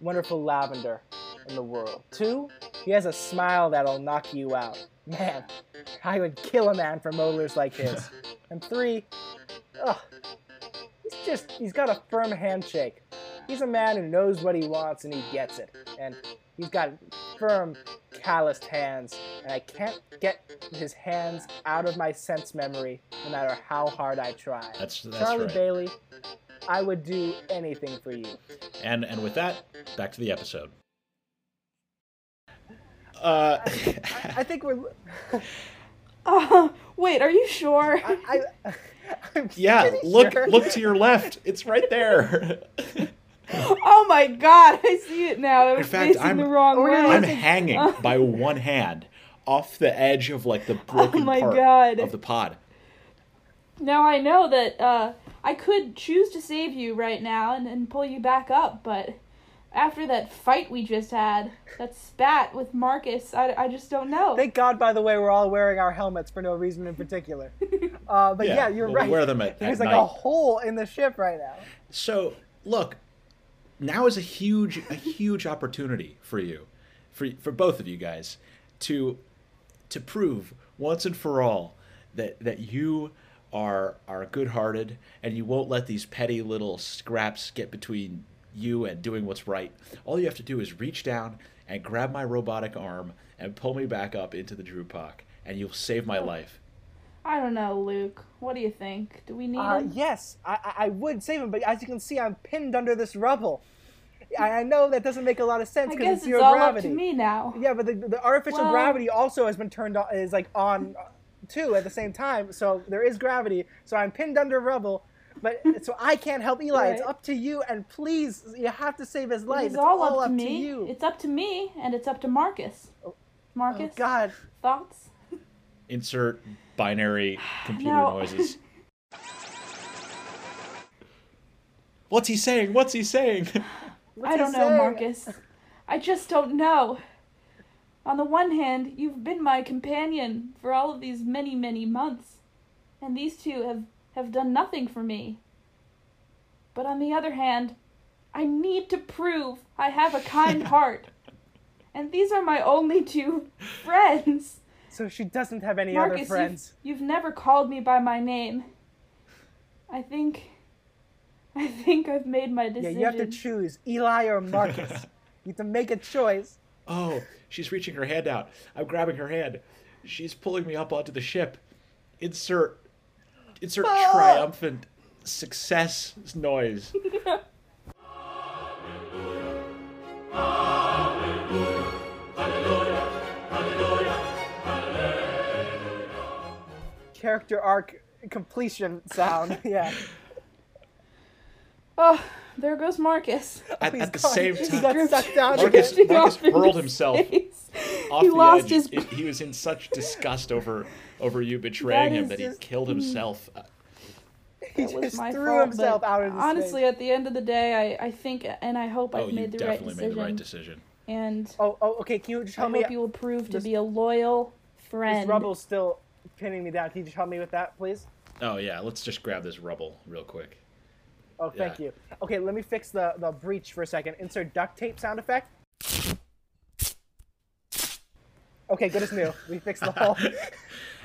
S1: wonderful lavender in the world. Two, he has a smile that'll knock you out. Man, I would kill a man for molars like his. and three, ugh, he's just, he's got a firm handshake. He's a man who knows what he wants and he gets it. And he's got firm, calloused hands, and I can't get his hands out of my sense memory no matter how hard I try.
S2: That's that's
S1: Charlie
S2: right.
S1: Bailey, I would do anything for you.
S2: And and with that, back to the episode. Uh,
S1: I, I think we're.
S4: Uh, wait, are you sure?
S1: I, I, I'm
S2: yeah,
S1: pretty
S2: look
S1: sure-
S2: look to your left. It's right there.
S4: oh my god, I see it now. I was
S2: fact,
S4: facing
S2: I'm-
S4: the wrong
S1: Or
S4: way.
S1: no,
S2: I'm
S1: Listen,
S2: hanging by one hand off the edge of like the
S1: Oh
S2: broken
S4: my
S2: part
S4: God.
S2: of the pod.
S4: now I know that uh, I could choose to save you right now and, and pull you back up, but after that fight we just had, that spat with Marcus, I, I just don't know.
S1: Thank God, by the way, we're all wearing our helmets for no reason in particular. Uh, but
S2: Yeah,
S1: yeah, you're
S2: well, we
S1: right.
S2: wear them at-
S1: There's
S2: at
S1: like "Oh,
S2: night.
S1: a hole in the ship right now.
S2: So look, now is a huge a huge opportunity for you, for for both of you guys, to to prove once and for all that that you are are good hearted and you won't let these petty little scraps get between you and doing what's right. All you have to do is reach down and grab my robotic arm and pull me back up into the Drupak, and you'll save my life.
S4: I don't know, Luke. What do you think? Do we need
S1: Uh,
S4: him?
S1: yes, I, I- I would save him, but as you can see, I'm pinned under this rubble. I, I know that doesn't make a lot of sense
S4: I
S1: because
S4: guess
S1: it's
S4: it's
S1: zero
S4: all
S1: gravity.
S4: up to me now.
S1: Yeah, but the, the artificial
S4: Well-
S1: gravity also has been turned on, is like on uh, too at the same time. So there is gravity. So I'm pinned under rubble, but so I can't help Eli. It's
S4: Right.
S1: up to you, and please, you have to save his life.
S4: It's,
S1: It's
S4: all, up, to me.
S1: you.
S4: It's up to me, and it's up to Marcus.
S1: oh
S4: Marcus,
S1: God,
S4: thoughts?
S2: Insert binary computer
S4: No.
S2: noises. What's he saying? What's he saying?
S1: What's
S4: I
S1: he
S4: don't know,
S1: saying?
S4: Marcus. I just don't know. On the one hand, you've been my companion for all of these many, many months, and these two have, have done nothing for me. But on the other hand, I need to prove I have a kind heart. And these are my only two friends.
S1: So she doesn't have any other
S4: Marcus,
S1: friends.
S4: You've, you've never called me by my name. I think. I think I've made my
S1: Yeah,
S4: decision.
S1: you have to choose Eli or Marcus. you have to make a choice.
S2: Oh, she's reaching her hand out. I'm grabbing her hand. She's pulling me up onto the ship. Insert insert
S4: Ah.
S2: triumphant success noise.
S1: Character arc completion sound. Yeah.
S4: Oh, there goes Marcus.
S2: At,
S1: He's
S2: at the
S1: gone.
S2: same
S1: He
S2: time,
S1: got sucked down
S2: Marcus-
S1: again.
S4: Drifting
S2: Marcus
S4: off into
S2: hurled himself
S4: space.
S2: off
S4: he
S2: the
S4: lost
S2: edge.
S4: his.
S2: It- he was in such disgust over over you betraying
S4: That
S2: him
S4: is mm.
S2: that
S1: just-
S2: he killed himself. Uh,
S1: He
S4: It was
S1: just
S4: my
S1: threw
S4: fault,
S1: himself
S4: but
S1: out into space.
S4: Honestly, at the end of the day, I, I think and I hope
S2: oh,
S4: I've
S2: you
S4: made the right
S2: definitely
S4: decision.
S2: made the right decision.
S4: and
S1: Oh, oh, okay. Can you just
S4: I
S1: help me?
S4: hope you will prove to
S1: this-
S4: be a loyal
S1: This
S4: friend.
S1: rubble's still pinning me down. Can you just help me with that, please?
S2: Oh yeah, let's just grab this rubble real quick.
S1: Oh, thank
S2: Yeah.
S1: you. Okay, let me fix the, the breach for a second. Insert duct tape sound effect. Okay, good as new. We fixed the hole.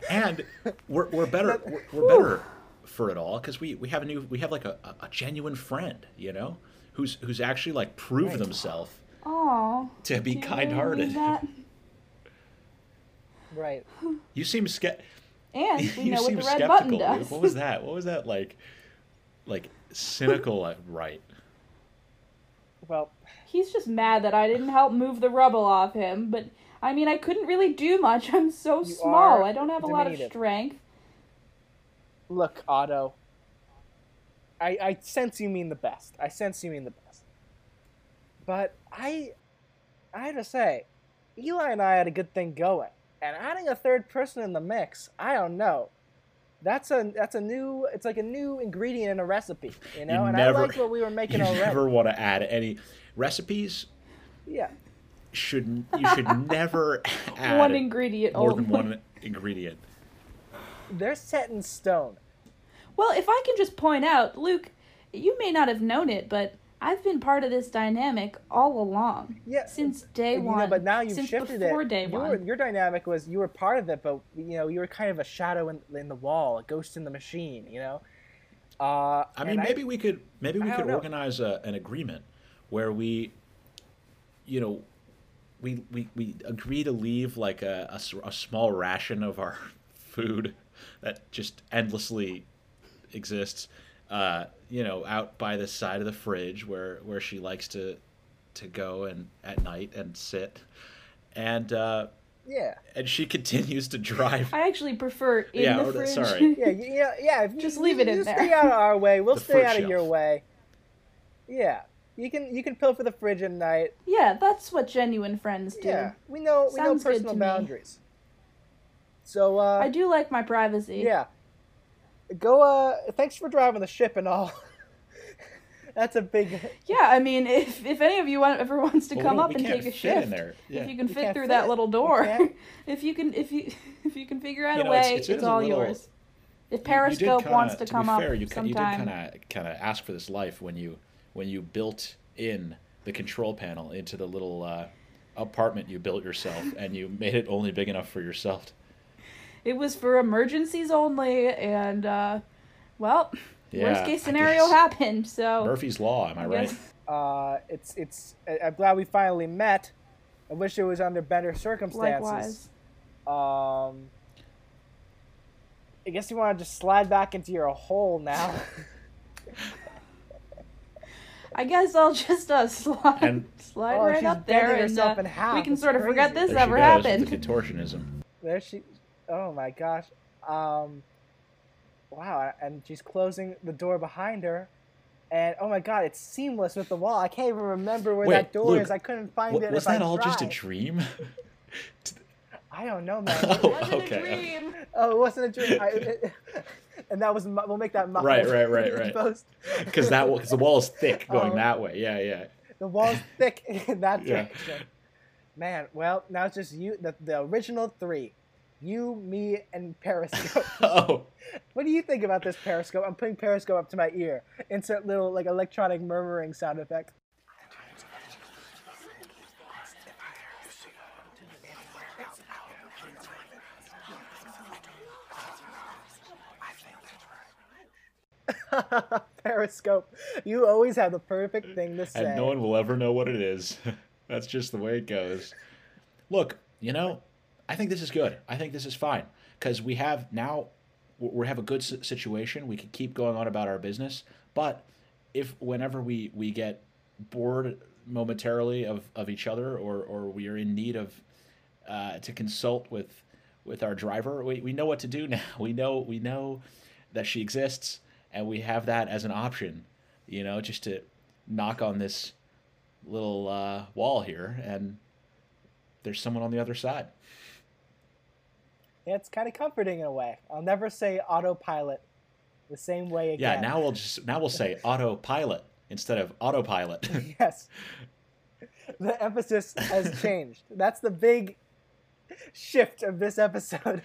S2: and we're, we're better we're, we're better for it all because we, we have a new we have like a, a- a genuine friend you know who's who's actually like proved themselves
S4: Aw,
S2: to be
S4: do you really need
S2: kind-hearted
S4: that?
S1: right.
S2: you seem ske-
S4: And we
S2: you
S4: know what
S2: seem
S4: the red
S2: skeptical
S4: button
S2: Luke.
S4: does.
S2: what was that what was that like like cynical like, right
S1: Well,
S4: He's just mad that I didn't help move the rubble off him, but I mean, I couldn't really do much. I'm so small.
S1: are
S4: I don't have a lot of
S1: diminutive.
S4: strength.
S1: look, Otto. I, I sense you mean the best. I sense you mean the best. But I, I have to say, Eli and I had a good thing going, and adding a third person in the mix, I don't know. That's a that's a new. It's like a new ingredient in a recipe, you know. and
S2: never-
S1: I liked what we were
S2: you
S1: making already.
S2: never want to add any recipes
S1: Yeah.
S2: should you should never add
S4: One ingredient
S2: more
S4: only.
S2: than one ingredient
S1: They're set in stone.
S4: Well, if I can just point out, Luke, you may not have known it, but I've been part of this dynamic all along.
S1: Yeah,
S4: Since day
S1: you
S4: one.
S1: Know, but now you've
S4: since
S1: shifted
S4: before
S1: it.
S4: day
S1: You
S4: one.
S1: were- your dynamic was you were part of it, but you know you were kind of a shadow in, in the wall, a ghost in the machine. You know. Uh,
S2: I mean,
S1: and
S2: maybe we could maybe we
S1: I
S2: could
S1: don't know.
S2: organize a, an agreement where we, you know, we we, we agree to leave like a, a s- a small ration of our food that just endlessly exists, uh, you know, out by the side of the fridge where where she likes to to go and at night and sit, and uh,
S1: Yeah.
S2: and she continues to drive.
S4: I actually prefer in
S2: Yeah,
S4: the
S2: or the-
S4: fridge.
S2: sorry.
S1: Yeah. you- Yeah. Yeah. If you,
S4: Just leave it
S1: you
S4: in there.
S1: Stay out of our way. We'll
S2: The
S1: stay
S2: fruit
S1: out of your
S2: shelf.
S1: way. Yeah. You can you can pilfer the fridge at night.
S4: yeah, that's what genuine friends do.
S1: Yeah. We know we
S4: Sounds
S1: know
S4: good
S1: personal
S4: to me.
S1: boundaries. So uh,
S4: I do like my privacy.
S1: Yeah. Go. Uh. Thanks for driving the ship and all. That's a big.
S4: Yeah, I mean, if, if any of you want, ever wants to
S2: Well, we
S4: come
S2: don't-
S4: up
S2: we
S4: and
S2: can't
S4: take a
S2: fit in
S4: shift,
S2: there. Yeah.
S4: if you can
S1: We
S4: fit
S1: can't
S4: through
S1: fit.
S4: that little
S1: We
S4: door,
S1: can't.
S4: if you can, if you, if you can figure out
S2: You
S4: a
S2: know,
S4: way,
S2: it's-
S4: it's,
S2: it is a
S4: all
S2: little-
S4: yours. If
S2: you- you did
S4: Periscope
S2: kinda-
S4: wants to,
S2: be
S4: come up
S2: fair, you, ki- you did
S4: sometime,
S2: kind of kind of ask for this life when you when you built in the control panel into the little uh, apartment you built yourself, and you made it only big enough for yourself.
S4: it was for emergencies only, and uh, well,
S2: Yeah,
S4: worst case
S2: I
S4: scenario
S2: guess.
S4: happened. So
S2: Murphy's law, am I
S4: I
S2: right?
S4: guess-
S1: Uh. It's it's. I- I'm glad we finally met. I wish it was under better circumstances.
S4: Likewise.
S1: Um, I guess you want to just slide back into your hole now.
S4: I guess I'll just uh, slide,
S2: And-
S4: slide
S1: Oh,
S4: right
S1: she's
S4: up there,
S1: bending
S4: and
S1: herself
S4: uh,
S1: in half.
S4: we can
S1: It's
S4: sort of forget
S1: crazy.
S4: this
S2: There she
S4: ever
S2: goes with
S4: happened.
S2: The contortionism.
S1: there she. Oh my gosh. Um, wow. And she's closing the door behind her. And oh my god, it's seamless with the wall. I can't even remember where
S2: Wait,
S1: that door
S2: Luke,
S1: is. I couldn't find
S2: Wa-
S1: it.
S2: was
S1: if I
S2: that all just a
S1: tried.
S2: dream?
S1: I don't know, man.
S2: Oh.
S4: Wasn't a
S2: Okay.
S4: dream.
S1: oh, it wasn't a dream. I, it, and that was. mo- We'll make that. mo-
S2: Right, right, right, right.
S1: Post.
S2: Because that because the wall is thick going
S1: Oh.
S2: that way. Yeah, yeah.
S1: The wall's thick in that
S2: Yeah.
S1: direction. Man, well, now it's just you, the, the original three. You, me, and Periscope.
S2: Oh,
S1: what do you think about this Periscope? I'm putting Periscope up to my ear. Insert little, like, electronic murmuring sound effect. Periscope, you always have the perfect thing to say.
S2: and no one will ever know what it is. That's just the way it goes. Look, you know, I think this is good. I think this is fine because we have now we- we have a good si- situation. We can keep going on about our business, but if whenever we we get bored momentarily of of each other or or we are in need of uh, to consult with with our driver, we we know what to do now. We know we know that she exists, and we have that as an option. You know, just to knock on this little uh, wall here, and there's someone on the other side.
S1: Yeah, it's kind of comforting in a way. I'll never say autopilot the same way
S2: Yeah,
S1: again.
S2: now we'll just now we'll say autopilot instead of autopilot.
S1: Yes. The emphasis has changed. That's the big shift of this episode.